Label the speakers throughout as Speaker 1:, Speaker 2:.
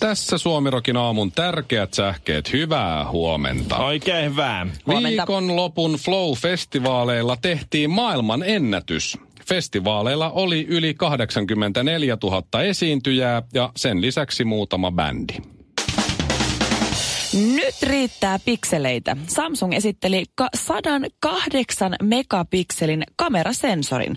Speaker 1: Tässä Suomirokin aamun tärkeät sähkeet. Hyvää huomenta.
Speaker 2: Oikein hyvää.
Speaker 3: Huomenta.
Speaker 1: Viikonlopun Flow-festivaaleilla tehtiin maailman ennätys. Festivaaleilla oli yli 84 000 esiintyjää ja sen lisäksi muutama bändi.
Speaker 3: Nyt riittää pikseleitä. Samsung esitteli ka- 108 megapikselin kamerasensorin.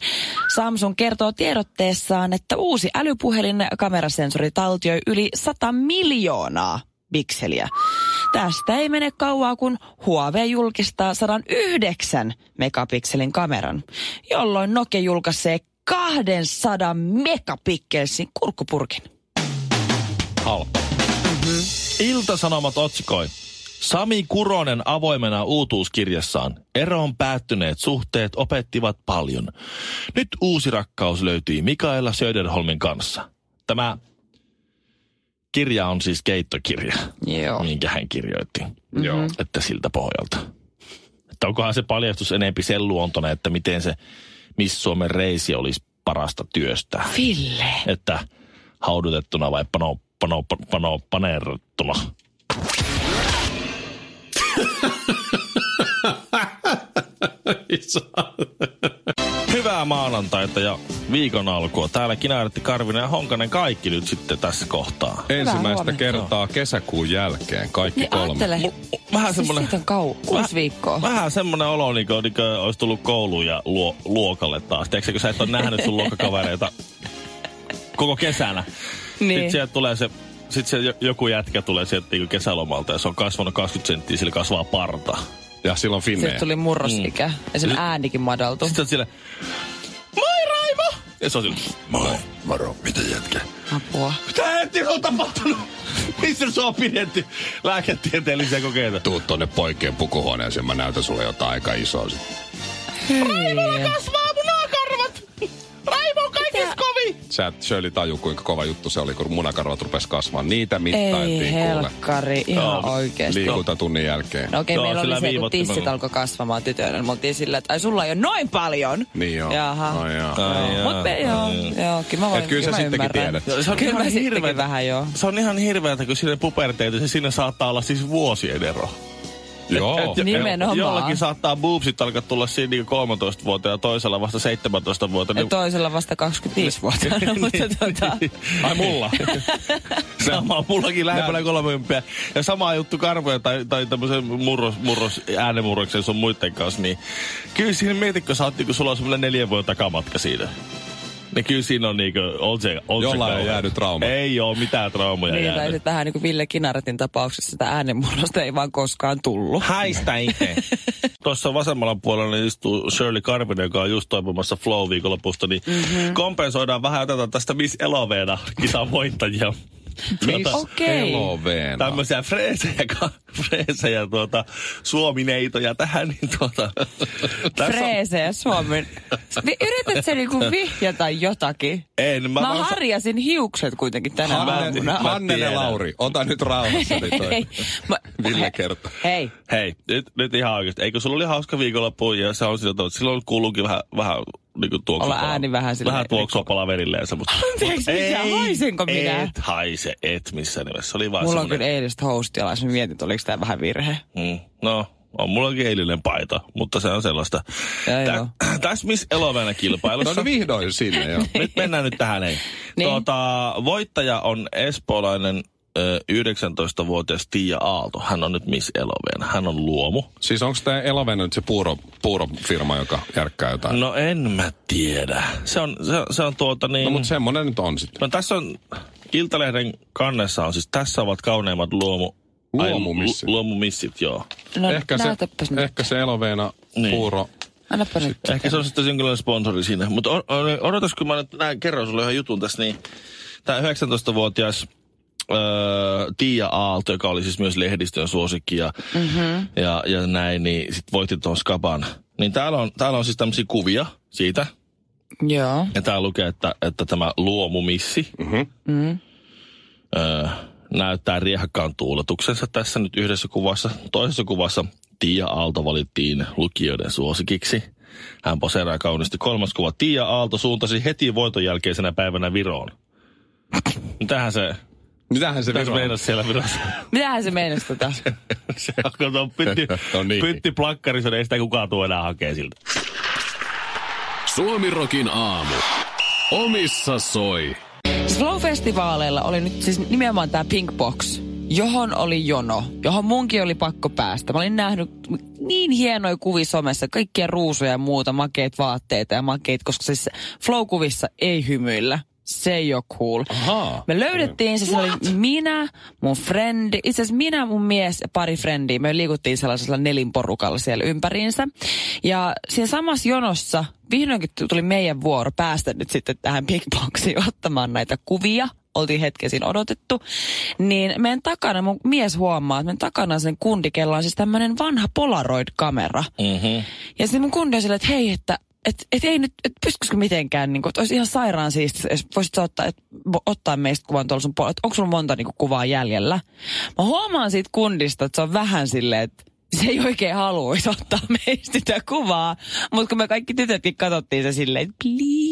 Speaker 3: Samsung kertoo tiedotteessaan, että uusi älypuhelin kamerasensori taltioi yli 100 miljoonaa pikseliä. Tästä ei mene kauaa, kun Huawei julkistaa 109 megapikselin kameran, jolloin Nokia julkaisee 200 megapikkelsin kurkkupurkin.
Speaker 1: Halpa.
Speaker 2: Mm-hmm. Iltasanomat otsikoi. Sami Kuronen avoimena uutuuskirjassaan. Eroon päättyneet suhteet opettivat paljon. Nyt uusi rakkaus löytyi Mikaela Söderholmin kanssa. Tämä kirja on siis keittokirja,
Speaker 3: Joo.
Speaker 2: minkä hän kirjoitti.
Speaker 1: Joo.
Speaker 2: Että siltä pohjalta. Että onkohan se paljastus enempi sen luontona, että miten se Miss Suomen reisi olisi parasta työstää.
Speaker 3: Ville.
Speaker 2: Että haudutettuna vai pano, pano, pano, paneerattuna. Hyvää maanantaita ja viikon alkua. Täällä Kinaretti Karvinen ja Honkanen kaikki nyt sitten tässä kohtaa.
Speaker 1: Ensimmäistä
Speaker 3: huomenta.
Speaker 1: kertaa kesäkuun jälkeen kaikki
Speaker 3: Niin
Speaker 1: kolme.
Speaker 3: ajattele.
Speaker 2: Mu- vähän
Speaker 3: Siis
Speaker 2: semmonen...
Speaker 3: siitä on kau- kuusi viikkoa.
Speaker 2: Vähän semmonen olo, niin kuin, niin kuin olisi tullut kouluun ja luo, luokalle taas. Tiedätkö, kun sä et ole nähnyt sun luokkakavereita koko kesänä.
Speaker 3: Niin.
Speaker 2: Sitten sieltä tulee se, sit se jo- joku jätkä tulee sieltä niin kesälomalta ja se on kasvanut 20 senttiä, sillä kasvaa parta.
Speaker 1: Ja silloin
Speaker 3: Sitten
Speaker 1: Finneen.
Speaker 3: tuli murrosikä. Mm. Ja sen äänikin madaltu.
Speaker 2: Sitten on sillä, moi Raimo! Ja se on sillä, moi.
Speaker 3: Apua.
Speaker 2: Mitä helvettiä on tapahtunut? Missä se on pidetty lääketieteellisiä kokeita?
Speaker 1: Tuu tonne poikien pukuhuoneeseen, mä näytän sulle jotain aika isoa. sit.
Speaker 2: Kasvaa munakarvat! Raimo on kaikista kovi!
Speaker 1: Sä et Shirley taju, kuinka kova juttu se oli, kun munakarvat rupes kasvaa. Niitä
Speaker 3: Ei
Speaker 1: mittailtiin kuule.
Speaker 3: helkkari, ihan
Speaker 2: Joo,
Speaker 3: oikeesti.
Speaker 1: Liikuntatunnin jälkeen.
Speaker 3: No okei,
Speaker 2: Joo,
Speaker 3: okay, meillä
Speaker 2: sillä
Speaker 3: oli se, kun
Speaker 2: viivottimella.
Speaker 3: tissit alkoi kasvamaan tytöille. Me oltiin sillä, että ai sulla ei ole noin paljon.
Speaker 1: Niin joo.
Speaker 3: Jaha.
Speaker 1: No joo.
Speaker 2: Ai jaa.
Speaker 3: Mutta joo, joo, kyllä mä voin,
Speaker 1: Et kyllä sä
Speaker 3: mä
Speaker 1: sittenkin
Speaker 3: ymmärrän.
Speaker 1: tiedät.
Speaker 2: Joo, se on
Speaker 3: Kyllä
Speaker 2: ihan
Speaker 3: mä sittenkin
Speaker 2: hirveetä.
Speaker 3: vähän joo.
Speaker 2: Se on ihan hirveätä, kun siinä puberteetissa siinä saattaa olla siis vuosien ero.
Speaker 1: Joo.
Speaker 2: jo-
Speaker 3: Nimenomaan.
Speaker 2: Jollakin saattaa boobsit alkaa tulla siinä niinku 13 vuotta ja toisella vasta 17 vuotta. niin
Speaker 3: Ja toisella vasta 25 vuotta. mutta tota,
Speaker 2: Ai mulla. Sama mullakin lähempänä 30. Ja sama juttu karvoja tai, tai tämmöisen murros, murros, äänenmurroksen sun muiden kanssa. Niin kyllä siinä mietit, kun sä oot, kun sulla on semmoinen neljän vuoden takamatka siinä. Niin kyllä siinä on niinku, on se, on se
Speaker 1: Jollain on
Speaker 2: kauhean.
Speaker 1: jäänyt trauma.
Speaker 2: Ei oo mitään traumoja
Speaker 3: niin, tai
Speaker 2: jäänyt.
Speaker 3: sitten vähän niin kuin Ville Kinaretin tapauksessa sitä äänenmurrosta ei vaan koskaan tullut.
Speaker 2: Haista itse. Tuossa vasemmalla puolella niin istuu Shirley Karvinen, joka on just toipumassa Flow-viikonlopusta, niin
Speaker 3: Mhm.
Speaker 2: mm-hmm. kompensoidaan vähän tätä tästä Miss Eloveena kisan voittajia. Miss
Speaker 3: Okei.
Speaker 1: Eloveena.
Speaker 2: Tämmöisiä freesejä, ka- freesejä tuota, suomineitoja tähän, niin tuota... tässä on-
Speaker 3: freesejä Suomen. Vi- Yrität sä niinku vihjata jotakin?
Speaker 2: En, mä
Speaker 3: Mä,
Speaker 2: vaan-
Speaker 3: harjasin hiukset kuitenkin tänä
Speaker 1: Hanne,
Speaker 3: aamuna.
Speaker 2: Mä
Speaker 1: Hannele
Speaker 2: tiedän.
Speaker 1: Lauri, ota nyt rauhassa. niin toi.
Speaker 3: Hei, mä,
Speaker 1: Ville kertoo.
Speaker 3: Hei,
Speaker 2: Hei, nyt, nyt ihan oikeasti. Eikö sulla oli hauska viikonloppu ja se on sillä tavalla, että silloin kuuluukin vähän, vähän niin kuin tuoksua.
Speaker 3: Olla ääni vähän silleen-
Speaker 2: Vähän tuoksua palaverille ja semmoista.
Speaker 3: Anteeksi, mitä? Haisenko minä?
Speaker 2: Et haise, et missään nimessä. Se oli vaan
Speaker 3: mulla on
Speaker 2: semmonen-
Speaker 3: kyllä eilistä houstilla, mä mietin, että oliko tää vähän virhe.
Speaker 2: Mm. No, on mullakin eilinen paita, mutta se on sellaista.
Speaker 3: Joo, joo.
Speaker 2: Tässä Miss Elovena
Speaker 1: No
Speaker 2: kilpailussa.
Speaker 1: niin vihdoin sinne, joo.
Speaker 2: nyt mennään nyt tähän. Ei.
Speaker 3: Niin.
Speaker 2: Tuota, voittaja on espoolainen ö, 19-vuotias Tiia Aalto. Hän on nyt Miss Elovena. Hän on luomu.
Speaker 1: Siis onko tämä Elovena nyt se puuro, puurofirma, joka järkkää jotain? No,
Speaker 2: No en mä tiedä. Se on, se, se on tuota niin...
Speaker 1: no mutta semmonen nyt on sitten.
Speaker 2: No tässä on, Iltalehden kannessa on siis, tässä ovat kauneimmat luomu... ai,
Speaker 1: Luomumissit.
Speaker 2: lu- luomumissit, joo.
Speaker 3: No
Speaker 1: Ehkä se,
Speaker 3: näytäpäs nyt.
Speaker 1: ehkä se Elovena
Speaker 2: Niin.
Speaker 1: puuro.
Speaker 3: Annapa nyt.
Speaker 2: Ehkä se on sitten jonkinlainen sponsori siinä. Mutta o- o- odotas, kun mä nyt nää, kerron sulle yhden jutun tässä, niin tämä 19-vuotias öö, Tiia Aalto, joka oli siis myös lehdistön suosikki ja, mm-hmm. ja, ja näin, niin sitten voitti tuon Skaban Niin täällä on, täällä on siis tämmöisiä kuvia siitä.
Speaker 3: Joo.
Speaker 2: Ja täällä lukee, että, että tämä luomumissi mm-hmm. öö, näyttää riehakkaan tuuletuksensa tässä nyt yhdessä kuvassa. Toisessa kuvassa Tiia Aalto valittiin lukijoiden suosikiksi. Hän poseeraa kauniisti. Kolmas kuva. Tiia Aalto suuntasi heti voiton jälkeisenä päivänä Viroon. Mitähän se...
Speaker 1: Mitähän se
Speaker 2: Mitähän
Speaker 1: vero on?
Speaker 2: meinasi siellä Virossa?
Speaker 3: Mitähän se meinasi tota?
Speaker 2: se on pytti,
Speaker 1: No niin.
Speaker 2: pytti plakkarissa, niin ei sitä kukaan tule enää hakee siltä.
Speaker 4: Suomirokin aamu. Omissa soi.
Speaker 3: Slow-festivaaleilla oli nyt siis nimenomaan tämä Pink Box, johon oli jono, johon munkin oli pakko päästä. Mä olin nähnyt niin hienoja kuvia somessa, kaikkia ruusuja ja muuta, makeet vaatteita ja makeet, koska siis flow-kuvissa ei hymyillä. Se ei ole cool.
Speaker 1: Ahaa.
Speaker 3: Me löydettiin se, se oli minä, mun frendi, itse asiassa minä, mun mies ja pari frendiä. Me liikuttiin sellaisella nelinporukalla siellä ympäriinsä. Ja siinä samassa jonossa vihdoinkin tu- tuli meidän vuoro päästä nyt sitten tähän Big Boxiin ottamaan näitä kuvia. Oltiin hetken siinä odotettu. Niin meidän takana, mun mies huomaa, että meidän takana on sen kundikella on siis tämmöinen vanha Polaroid-kamera.
Speaker 2: Mm-hmm.
Speaker 3: Ja sitten mun kundi on silleen, että hei, että et, et ei nyt, et pystyisikö mitenkään, niin kuin, että olisi ihan sairaan siistiä, jos voisit sä ottaa, et, vo- ottaa meistä kuvan tuolla sun puolella, että onko sulla monta niin kuin, kuvaa jäljellä. Mä huomaan siitä kundista, että se on vähän silleen, että se ei oikein haluaisi ottaa meistä sitä kuvaa, mutta kun me kaikki tytötkin katsottiin se silleen, että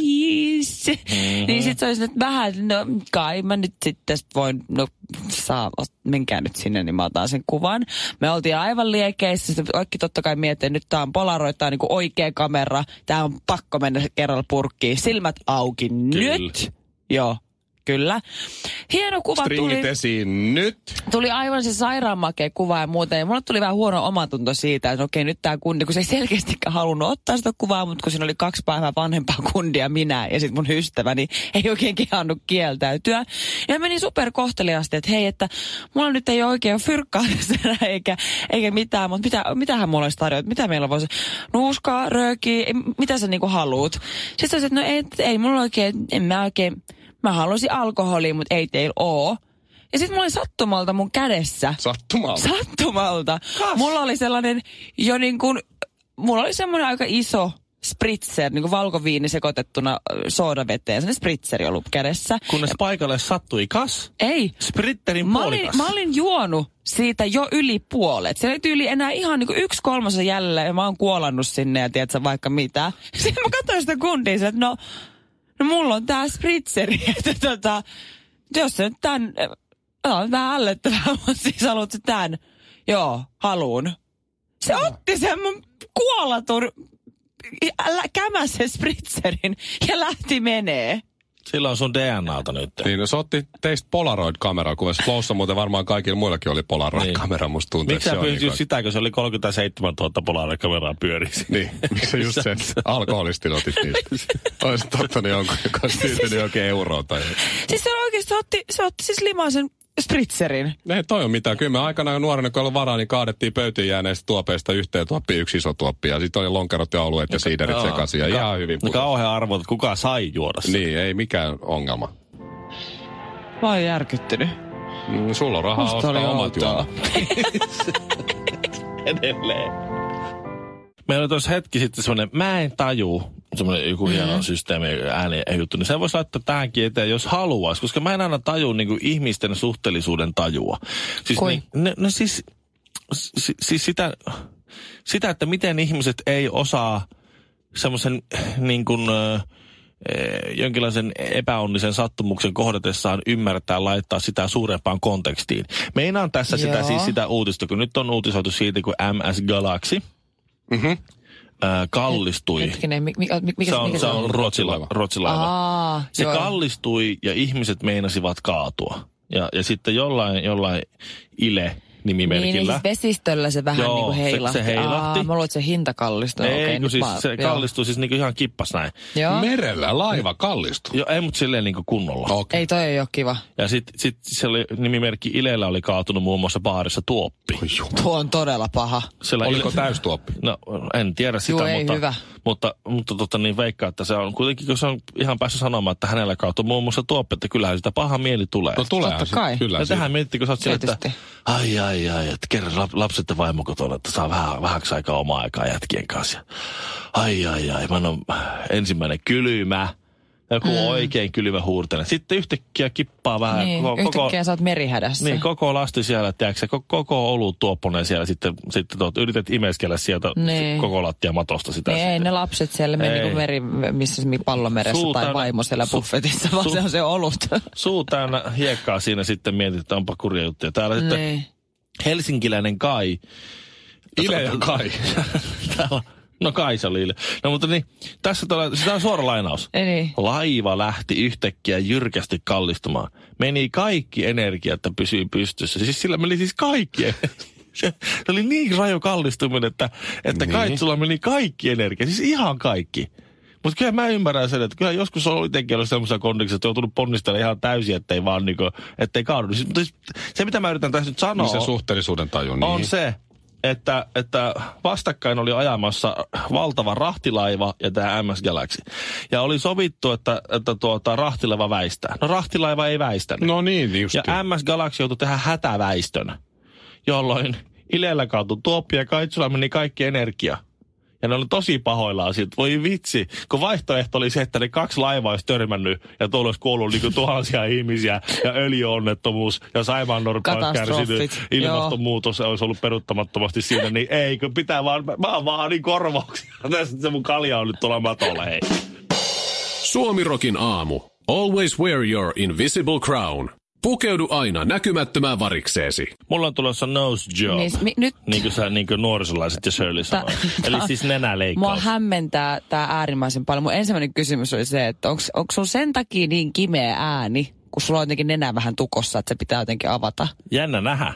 Speaker 3: please, mm-hmm. niin sitten se olisi nyt vähän, että no kai mä nyt sitten voin, no saa, ot- menkää nyt sinne, niin mä otan sen kuvan. Me oltiin aivan liekeissä, sitten kaikki totta kai miettii, nyt tää on Polaroid, tää on niinku oikea kamera, tää on pakko mennä kerralla purkkiin, silmät auki
Speaker 2: Kyllä.
Speaker 3: nyt. Joo, kyllä. Hieno kuva
Speaker 1: Stringit
Speaker 3: tuli
Speaker 1: esiin nyt.
Speaker 3: tuli aivan se sairaanmakea kuva ja muuta. Ja mulle tuli vähän huono omatunto siitä, että okei, nyt tämä kundi, kun se ei selkeästikään halunnut ottaa sitä kuvaa, mutta kun siinä oli kaksi päivää vanhempaa kundia, minä ja sitten mun ystäväni, ei oikein kehannut kieltäytyä. Ja meni superkohteliaasti, että hei, että mulla nyt ei ole oikein fyrkkaa tässä enää, eikä, eikä mitään, mutta mitä, mitähän mulla olisi tarjota, mitä meillä voisi, nuuskaa, röökiä, ei- mitä sä niinku haluut. Sitten sä sanoit, no ei, ei mulla oikein, en mä oikein, mä halusin alkoholia, mutta ei teillä oo. Ja sitten mulla oli sattumalta mun kädessä.
Speaker 1: Sattumalta.
Speaker 3: Sattumalta. Mulla oli sellainen jo niin kuin, mulla oli semmoinen aika iso spritzer, niin kuin valkoviini sekoitettuna äh, soodaveteen. Sellainen spritzeri ollut kädessä.
Speaker 2: Kunnes paikalle sattui kas,
Speaker 3: Ei.
Speaker 2: spritterin
Speaker 3: Mä olin,
Speaker 2: Niin puolikas.
Speaker 3: mä olin juonut siitä jo yli puolet. Se oli tyyli enää ihan niin kuin yksi kolmasosa jäljellä ja mä oon kuolannut sinne ja tiedät sä vaikka mitä. Sitten mä katsoin sitä kundia että no, no mulla on tää spritzeri, että tota, jos sä nyt tän, tää on vähän ällöttävää, mutta siis haluat sä tän? Joo, haluun. Se otti sen mun kuolatun älä- kämäsen spritzerin ja lähti menee.
Speaker 2: Sillä on sun DNAta nyt.
Speaker 1: Niin, no se otti teistä Polaroid-kameraa, kun Slowssa muuten varmaan kaikilla muillakin oli Polaroid-kamera, musta tuntuu.
Speaker 2: Niin. Miksi sä pyysit
Speaker 1: niinku-
Speaker 2: just sitä, kun se oli 37 000 polaarikameraa pyörisi?
Speaker 1: Niin, miksi sä just se alkoholistin otit niistä? Olisit ottanut jonkun, joka olisi tyytynyt jokin euroa tai...
Speaker 3: Siis se oikeasti otti, se otti siis limaisen spritzerin.
Speaker 1: Ei toi on mitään. Kyllä me aikana nuorena, kun oli varaa, niin kaadettiin pöytiin jääneistä tuopeista yhteen tuoppiin yksi iso tuoppi. Ja sitten oli lonkerot ja oluet ja siiderit sekaisin. Ja ihan hyvin.
Speaker 2: No
Speaker 1: putosi.
Speaker 2: kauhean arvo, että kuka sai juoda sen.
Speaker 1: Niin, ei mikään ongelma.
Speaker 3: Mä oon järkyttynyt.
Speaker 1: Mm, Sulla on rahaa
Speaker 3: Musta oli
Speaker 1: ostaa omat
Speaker 3: outoa.
Speaker 1: juomat.
Speaker 2: Edelleen. Meillä oli tuossa hetki sitten semmoinen, mä en taju, semmoinen joku mm-hmm. hieno systeemi, ääni juttu, niin se voisi laittaa tähänkin eteen, jos haluaisi, koska mä en aina taju niin kuin ihmisten suhteellisuuden tajua. Siis,
Speaker 3: Kui?
Speaker 2: niin, no, no siis, si, siis sitä, sitä, että miten ihmiset ei osaa semmoisen niin kuin, ö, ö, jonkinlaisen epäonnisen sattumuksen kohdatessaan ymmärtää laittaa sitä suurempaan kontekstiin. Meinaan tässä sitä,
Speaker 3: Joo.
Speaker 2: siis sitä uutista, kun nyt on uutisoitu siitä, kun MS Galaxy mm-hmm. ö, kallistui.
Speaker 3: Hetkinen, mi, mi, mi, mikä
Speaker 2: Se on, se on ruotsila, ruotsilaiva.
Speaker 3: Aa,
Speaker 2: Se
Speaker 3: joo.
Speaker 2: kallistui ja ihmiset meinasivat kaatua. Ja, ja sitten jollain, jollain
Speaker 3: Niin, niin
Speaker 2: Ile-nimimerkillä.
Speaker 3: siis vesistöllä se vähän
Speaker 2: Joo,
Speaker 3: niin kuin
Speaker 2: se-
Speaker 3: heilahti.
Speaker 2: se heilahti.
Speaker 3: Aa, mä luulen, että se hinta kallistui.
Speaker 2: ei,
Speaker 3: Okei,
Speaker 2: kun
Speaker 3: nyt
Speaker 2: siis
Speaker 3: mä-
Speaker 2: se kallistui siis niinku ihan kippas näin.
Speaker 3: Joo. Joo.
Speaker 1: Merellä laiva kallistuu.
Speaker 2: Joo, ei, mutta silleen niinku kunnolla.
Speaker 1: Okei.
Speaker 3: Ei toi ei ole kiva.
Speaker 2: Ja sitten sit se oli, nimimerkki Ilellä oli kaatunut muun muassa baarissa tuoppi.
Speaker 3: Tuo on todella paha.
Speaker 2: Siellä
Speaker 1: Oliko
Speaker 2: Ile-
Speaker 1: täystuoppi?
Speaker 2: No, en tiedä sitä,
Speaker 3: Juu, ei
Speaker 2: mutta,
Speaker 3: hyvä.
Speaker 2: mutta, mutta tota, niin veikkaa, että se on kuitenkin, kun se on ihan päässyt sanomaan, että hänellä kautta muun muassa tuoppi, että kyllähän sitä paha mieli tulee.
Speaker 1: No tulee.
Speaker 3: Totta kai.
Speaker 1: Kyllä.
Speaker 2: ja
Speaker 1: siitä.
Speaker 2: tähän mietittiin, kun sä oot siellä, että
Speaker 3: Tietysti.
Speaker 2: ai ai ai ai, että kerran lap- lapset ja vaimo kotona, että saa vähän, vähäksi aikaa omaa aikaa jätkien kanssa. Ja, ai ai ai, mä on ensimmäinen kylmä, joku mm. oikein kylmä huurtele. Sitten yhtäkkiä kippaa vähän.
Speaker 3: Niin, yhtäkkiä sä oot merihädässä.
Speaker 2: Niin, koko lasti siellä, tiedätkö, koko, koko olut tuopponen siellä. Sitten, sitten tuot, yrität imeskellä sieltä
Speaker 3: Niin.
Speaker 2: koko lattiamatosta sitä.
Speaker 3: Niin, ei
Speaker 2: sitten.
Speaker 3: ne lapset siellä mene
Speaker 2: Ei.
Speaker 3: niin meri, missä se pallomeressä
Speaker 2: Suu
Speaker 3: tai
Speaker 2: täynnä-
Speaker 3: vaimo siellä
Speaker 2: su-
Speaker 3: buffetissa, vaan
Speaker 2: su-
Speaker 3: se on se olut.
Speaker 2: Suu täynnä hiekkaa siinä sitten mietit, että onpa kurja juttuja. Täällä sitten
Speaker 3: niin.
Speaker 2: helsinkiläinen Kai.
Speaker 1: Ile ja Kai.
Speaker 2: Täällä, no Kai se oli Ile. No mutta niin, tässä tulee, sitä on suora lainaus.
Speaker 3: Ei niin.
Speaker 2: Laiva lähti yhtäkkiä jyrkästi kallistumaan. Meni kaikki energia, että pysyi pystyssä. Siis sillä meni siis kaikki. Se, se oli niin raju kallistuminen, että, että niin. Kaitsulla meni kaikki energia. Siis ihan kaikki. Mutta kyllä mä ymmärrän sen, että kyllä joskus on itsekin ollut semmoisessa kondiksessa, että joutunut ponnistella ihan täysin, ettei vaan niinku, ettei kaadu. Siis, mutta siis se, mitä mä yritän tässä nyt sanoa...
Speaker 1: No. Se suhteellisuuden taju. Niin.
Speaker 2: On se, että, että vastakkain oli ajamassa valtava rahtilaiva ja tämä MS Galaxy. Ja oli sovittu, että, että tuota, rahtilaiva väistää. No rahtilaiva ei väistänyt.
Speaker 1: No niin, just.
Speaker 2: ja MS Galaxy joutui tehdä hätäväistön, jolloin Ilellä kaatui tuoppi ja Kaitsula meni kaikki energia. Ja ne oli tosi pahoillaan siitä. Voi vitsi, kun vaihtoehto oli se, että ne kaksi laivaa olisi törmännyt ja tuolla olisi kuollut niinku tuhansia ihmisiä ja öljyonnettomuus ja saimaan norppa olisi kärsinyt.
Speaker 3: Katastrofit,
Speaker 2: Ilmastonmuutos olisi ollut peruuttamattomasti siinä, niin ei, kun pitää vaan, mä oon vaan niin korvauksia. Tässä se mun kalja on nyt tuolla matolla, hei.
Speaker 4: Suomirokin aamu. Always wear your invisible crown. Pukeudu aina näkymättömään varikseesi.
Speaker 2: Mulla on tulossa nose job.
Speaker 3: Niin, mi- nyt-
Speaker 2: Niin kuin, sä, niin kuin nuorisolaiset ja Shirley sanoo. Eli siis
Speaker 3: Mua
Speaker 2: nenäleikkaus.
Speaker 3: hämmentää tämä äärimmäisen paljon. Mun ensimmäinen kysymys oli se, että onko sulla sen takia niin kimeä ääni, kun sulla on jotenkin nenä vähän tukossa, että se pitää jotenkin avata.
Speaker 2: Jännä nähdä.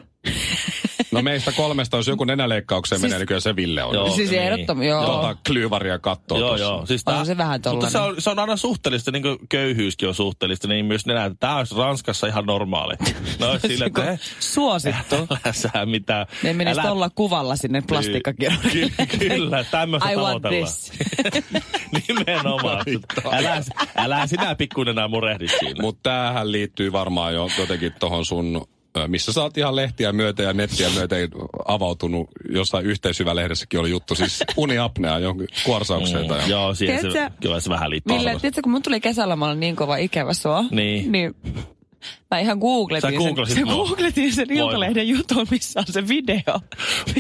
Speaker 1: No meistä kolmesta, jos joku nenäleikkaukseen
Speaker 3: Siis-
Speaker 1: menee, niin kyllä se Ville on.
Speaker 2: Joo,
Speaker 3: Siis
Speaker 2: niin.
Speaker 3: ehdottomasti, joo.
Speaker 1: Tota klyyvaria kattoo
Speaker 2: Joo,
Speaker 1: tuossa.
Speaker 2: joo. Siis
Speaker 3: On
Speaker 2: tää-
Speaker 3: se vähän
Speaker 2: Mutta
Speaker 3: tollanen.
Speaker 2: se on, se on aina suhteellista, niin kuin köyhyyskin on suhteellista, niin myös nenä. Tämä olisi Ranskassa ihan normaali. No sillä, että he,
Speaker 3: Suosittu.
Speaker 2: älä sä mitään.
Speaker 3: Ne menisi
Speaker 2: älä- Niin.
Speaker 3: tuolla kuvalla sinne plastiikkakirjoihin.
Speaker 2: Ky- kyllä, tämmöistä
Speaker 3: I want
Speaker 2: tavoitellaan.
Speaker 3: this.
Speaker 2: Nimenomaan. Älä, älä sinä pikkunenä murehdi siinä.
Speaker 1: Mutta tämähän liittyy varmaan jo jotenkin tuohon sun, ö, missä sä oot ihan lehtiä myöten ja nettiä myöten avautunut. Jossain yhteisyvälehdessäkin oli juttu, siis uniapnea johonkin kuorsaukseen. Tai johonkin.
Speaker 2: Mm, Joo, siihen se,
Speaker 3: Tiedätkö-
Speaker 2: kyllä se vähän liittyy.
Speaker 3: Ville, tiedätkö, kun mun tuli kesälomalla niin kova ikävä sua,
Speaker 2: Niin.
Speaker 3: niin mä ihan
Speaker 2: Sä
Speaker 3: googletin
Speaker 2: googlasit
Speaker 3: sen,
Speaker 2: mua.
Speaker 3: sä googletin sen
Speaker 2: Voi.
Speaker 3: Iltalehden jutun, missä on se video,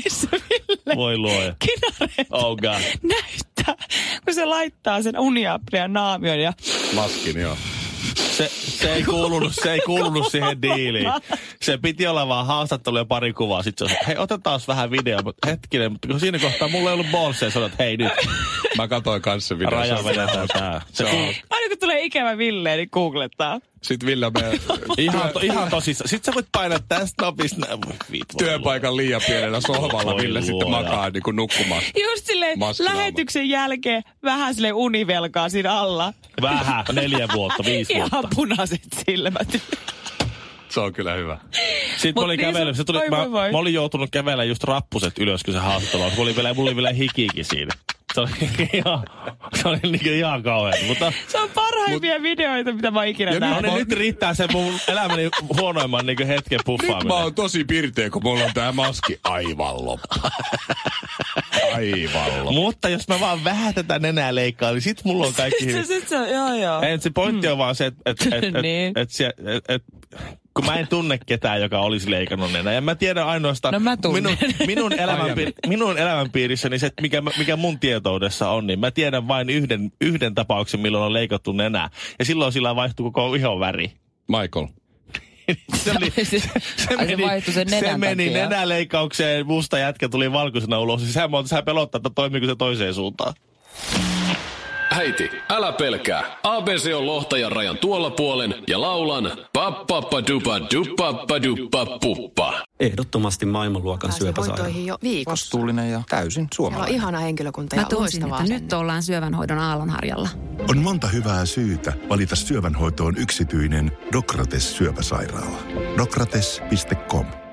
Speaker 3: missä Ville
Speaker 2: Voi luoja.
Speaker 3: kinareet
Speaker 2: Oh god.
Speaker 3: näyttää, kun se laittaa sen uniapnean naamion ja
Speaker 1: Maskin, joo.
Speaker 2: Se, se, ei kuulunut, se ei kuulunut siihen diiliin. Se piti olla vaan haastattelu ja pari kuvaa. Sitten se on, hei, otetaan vähän video. Mutta hetkinen, mutta kun siinä kohtaa mulla ei ollut bolseja. Sanoin, että hei nyt,
Speaker 1: Mä katsoin kanssa sen videon.
Speaker 2: raja vedetään tää. Se kuul-
Speaker 3: aina kun tulee ikävä Ville, niin googlettaa.
Speaker 1: Sitten Ville on meidän
Speaker 2: ihan, to, ihan tosissaan. Sitten sä voit painaa tästä napista. nä- Voi viit, voi
Speaker 1: työpaikan liian pienellä sohvalla.
Speaker 2: Voi
Speaker 1: Ville sitten
Speaker 2: luoja.
Speaker 1: makaa niin kuin nukkumaan.
Speaker 3: Just silleen
Speaker 1: Maskinaama.
Speaker 3: lähetyksen jälkeen vähän sille univelkaa siinä alla.
Speaker 2: luoja. Vähän, neljä vuotta, viisi
Speaker 3: Ihan
Speaker 2: vuotta.
Speaker 3: punaiset silmät.
Speaker 1: Se on kyllä hyvä.
Speaker 2: Sitten mä
Speaker 3: Mut
Speaker 2: olin
Speaker 3: niin se-
Speaker 2: kävellyt, se tuli,
Speaker 3: voi,
Speaker 2: mä,
Speaker 3: voi, voi.
Speaker 2: mä, olin joutunut kävelemään just rappuset ylös, kun se haastattelu alkoi. Mulla oli vielä, mulla oli vielä hikiikin siinä. Se oli ihan, se oli niinku ihan kauhean. Mutta
Speaker 3: Se on parhaimpia videoita, mitä mä oon ikinä
Speaker 2: No
Speaker 3: nähnyt.
Speaker 2: niin, nyt riittää se mun elämäni huonoimman niin hetken
Speaker 1: Nyt mä
Speaker 2: puffaaminen.
Speaker 1: oon tosi pirteä, kun mulla on tää maski aivan loppu. Aivan loppu.
Speaker 2: Mutta jos mä vaan vähän tätä nenää leikkaan, niin sit mulla on kaikki
Speaker 3: Sit se,
Speaker 2: hyvin.
Speaker 3: sit se, joo joo.
Speaker 2: Ei, se pointti on vaan se, että et, et, et,
Speaker 3: Niin.
Speaker 2: et, et, sie- et, et, kun mä en tunne ketään, joka olisi leikannut nenää. Ja mä tiedän ainoastaan
Speaker 3: No mä tunnen.
Speaker 2: minun, minun, elämänpiir, minun elämänpiirissäni se, että mikä, mä- mikä mun tietoudessa on, niin mä tiedän vain yhden, yhden tapauksen, milloin on leikattu nenää. Ja silloin sillä vaihtuu koko ihon väri.
Speaker 1: Michael.
Speaker 2: Se, oli,
Speaker 3: Ai se- ai se vaihtui sen
Speaker 2: se
Speaker 3: nenän
Speaker 2: meni
Speaker 3: takia.
Speaker 2: nenäleikkaukseen, musta jätkä tuli valkoisena ulos. Siis hän, on- hän pelottaa, että toimiiko se toiseen suuntaan.
Speaker 4: Äiti, älä pelkää. ABC on lohtajan rajan tuolla puolen ja laulan pappappadupa dupapaduppa puppa.
Speaker 5: Ehdottomasti maailmanluokan syöpäsairaala.
Speaker 6: hoitoihin jo viikossa.
Speaker 7: vastuullinen ja täysin
Speaker 6: Meillä on
Speaker 7: suomalainen.
Speaker 6: ihana henkilökunta ja
Speaker 8: Mä tunsin,
Speaker 6: loistavaa
Speaker 8: että nyt ollaan syövänhoidon aallonharjalla.
Speaker 9: On monta hyvää syytä valita syövänhoitoon yksityinen Dokrates syöpäsairaala. Dokrates.com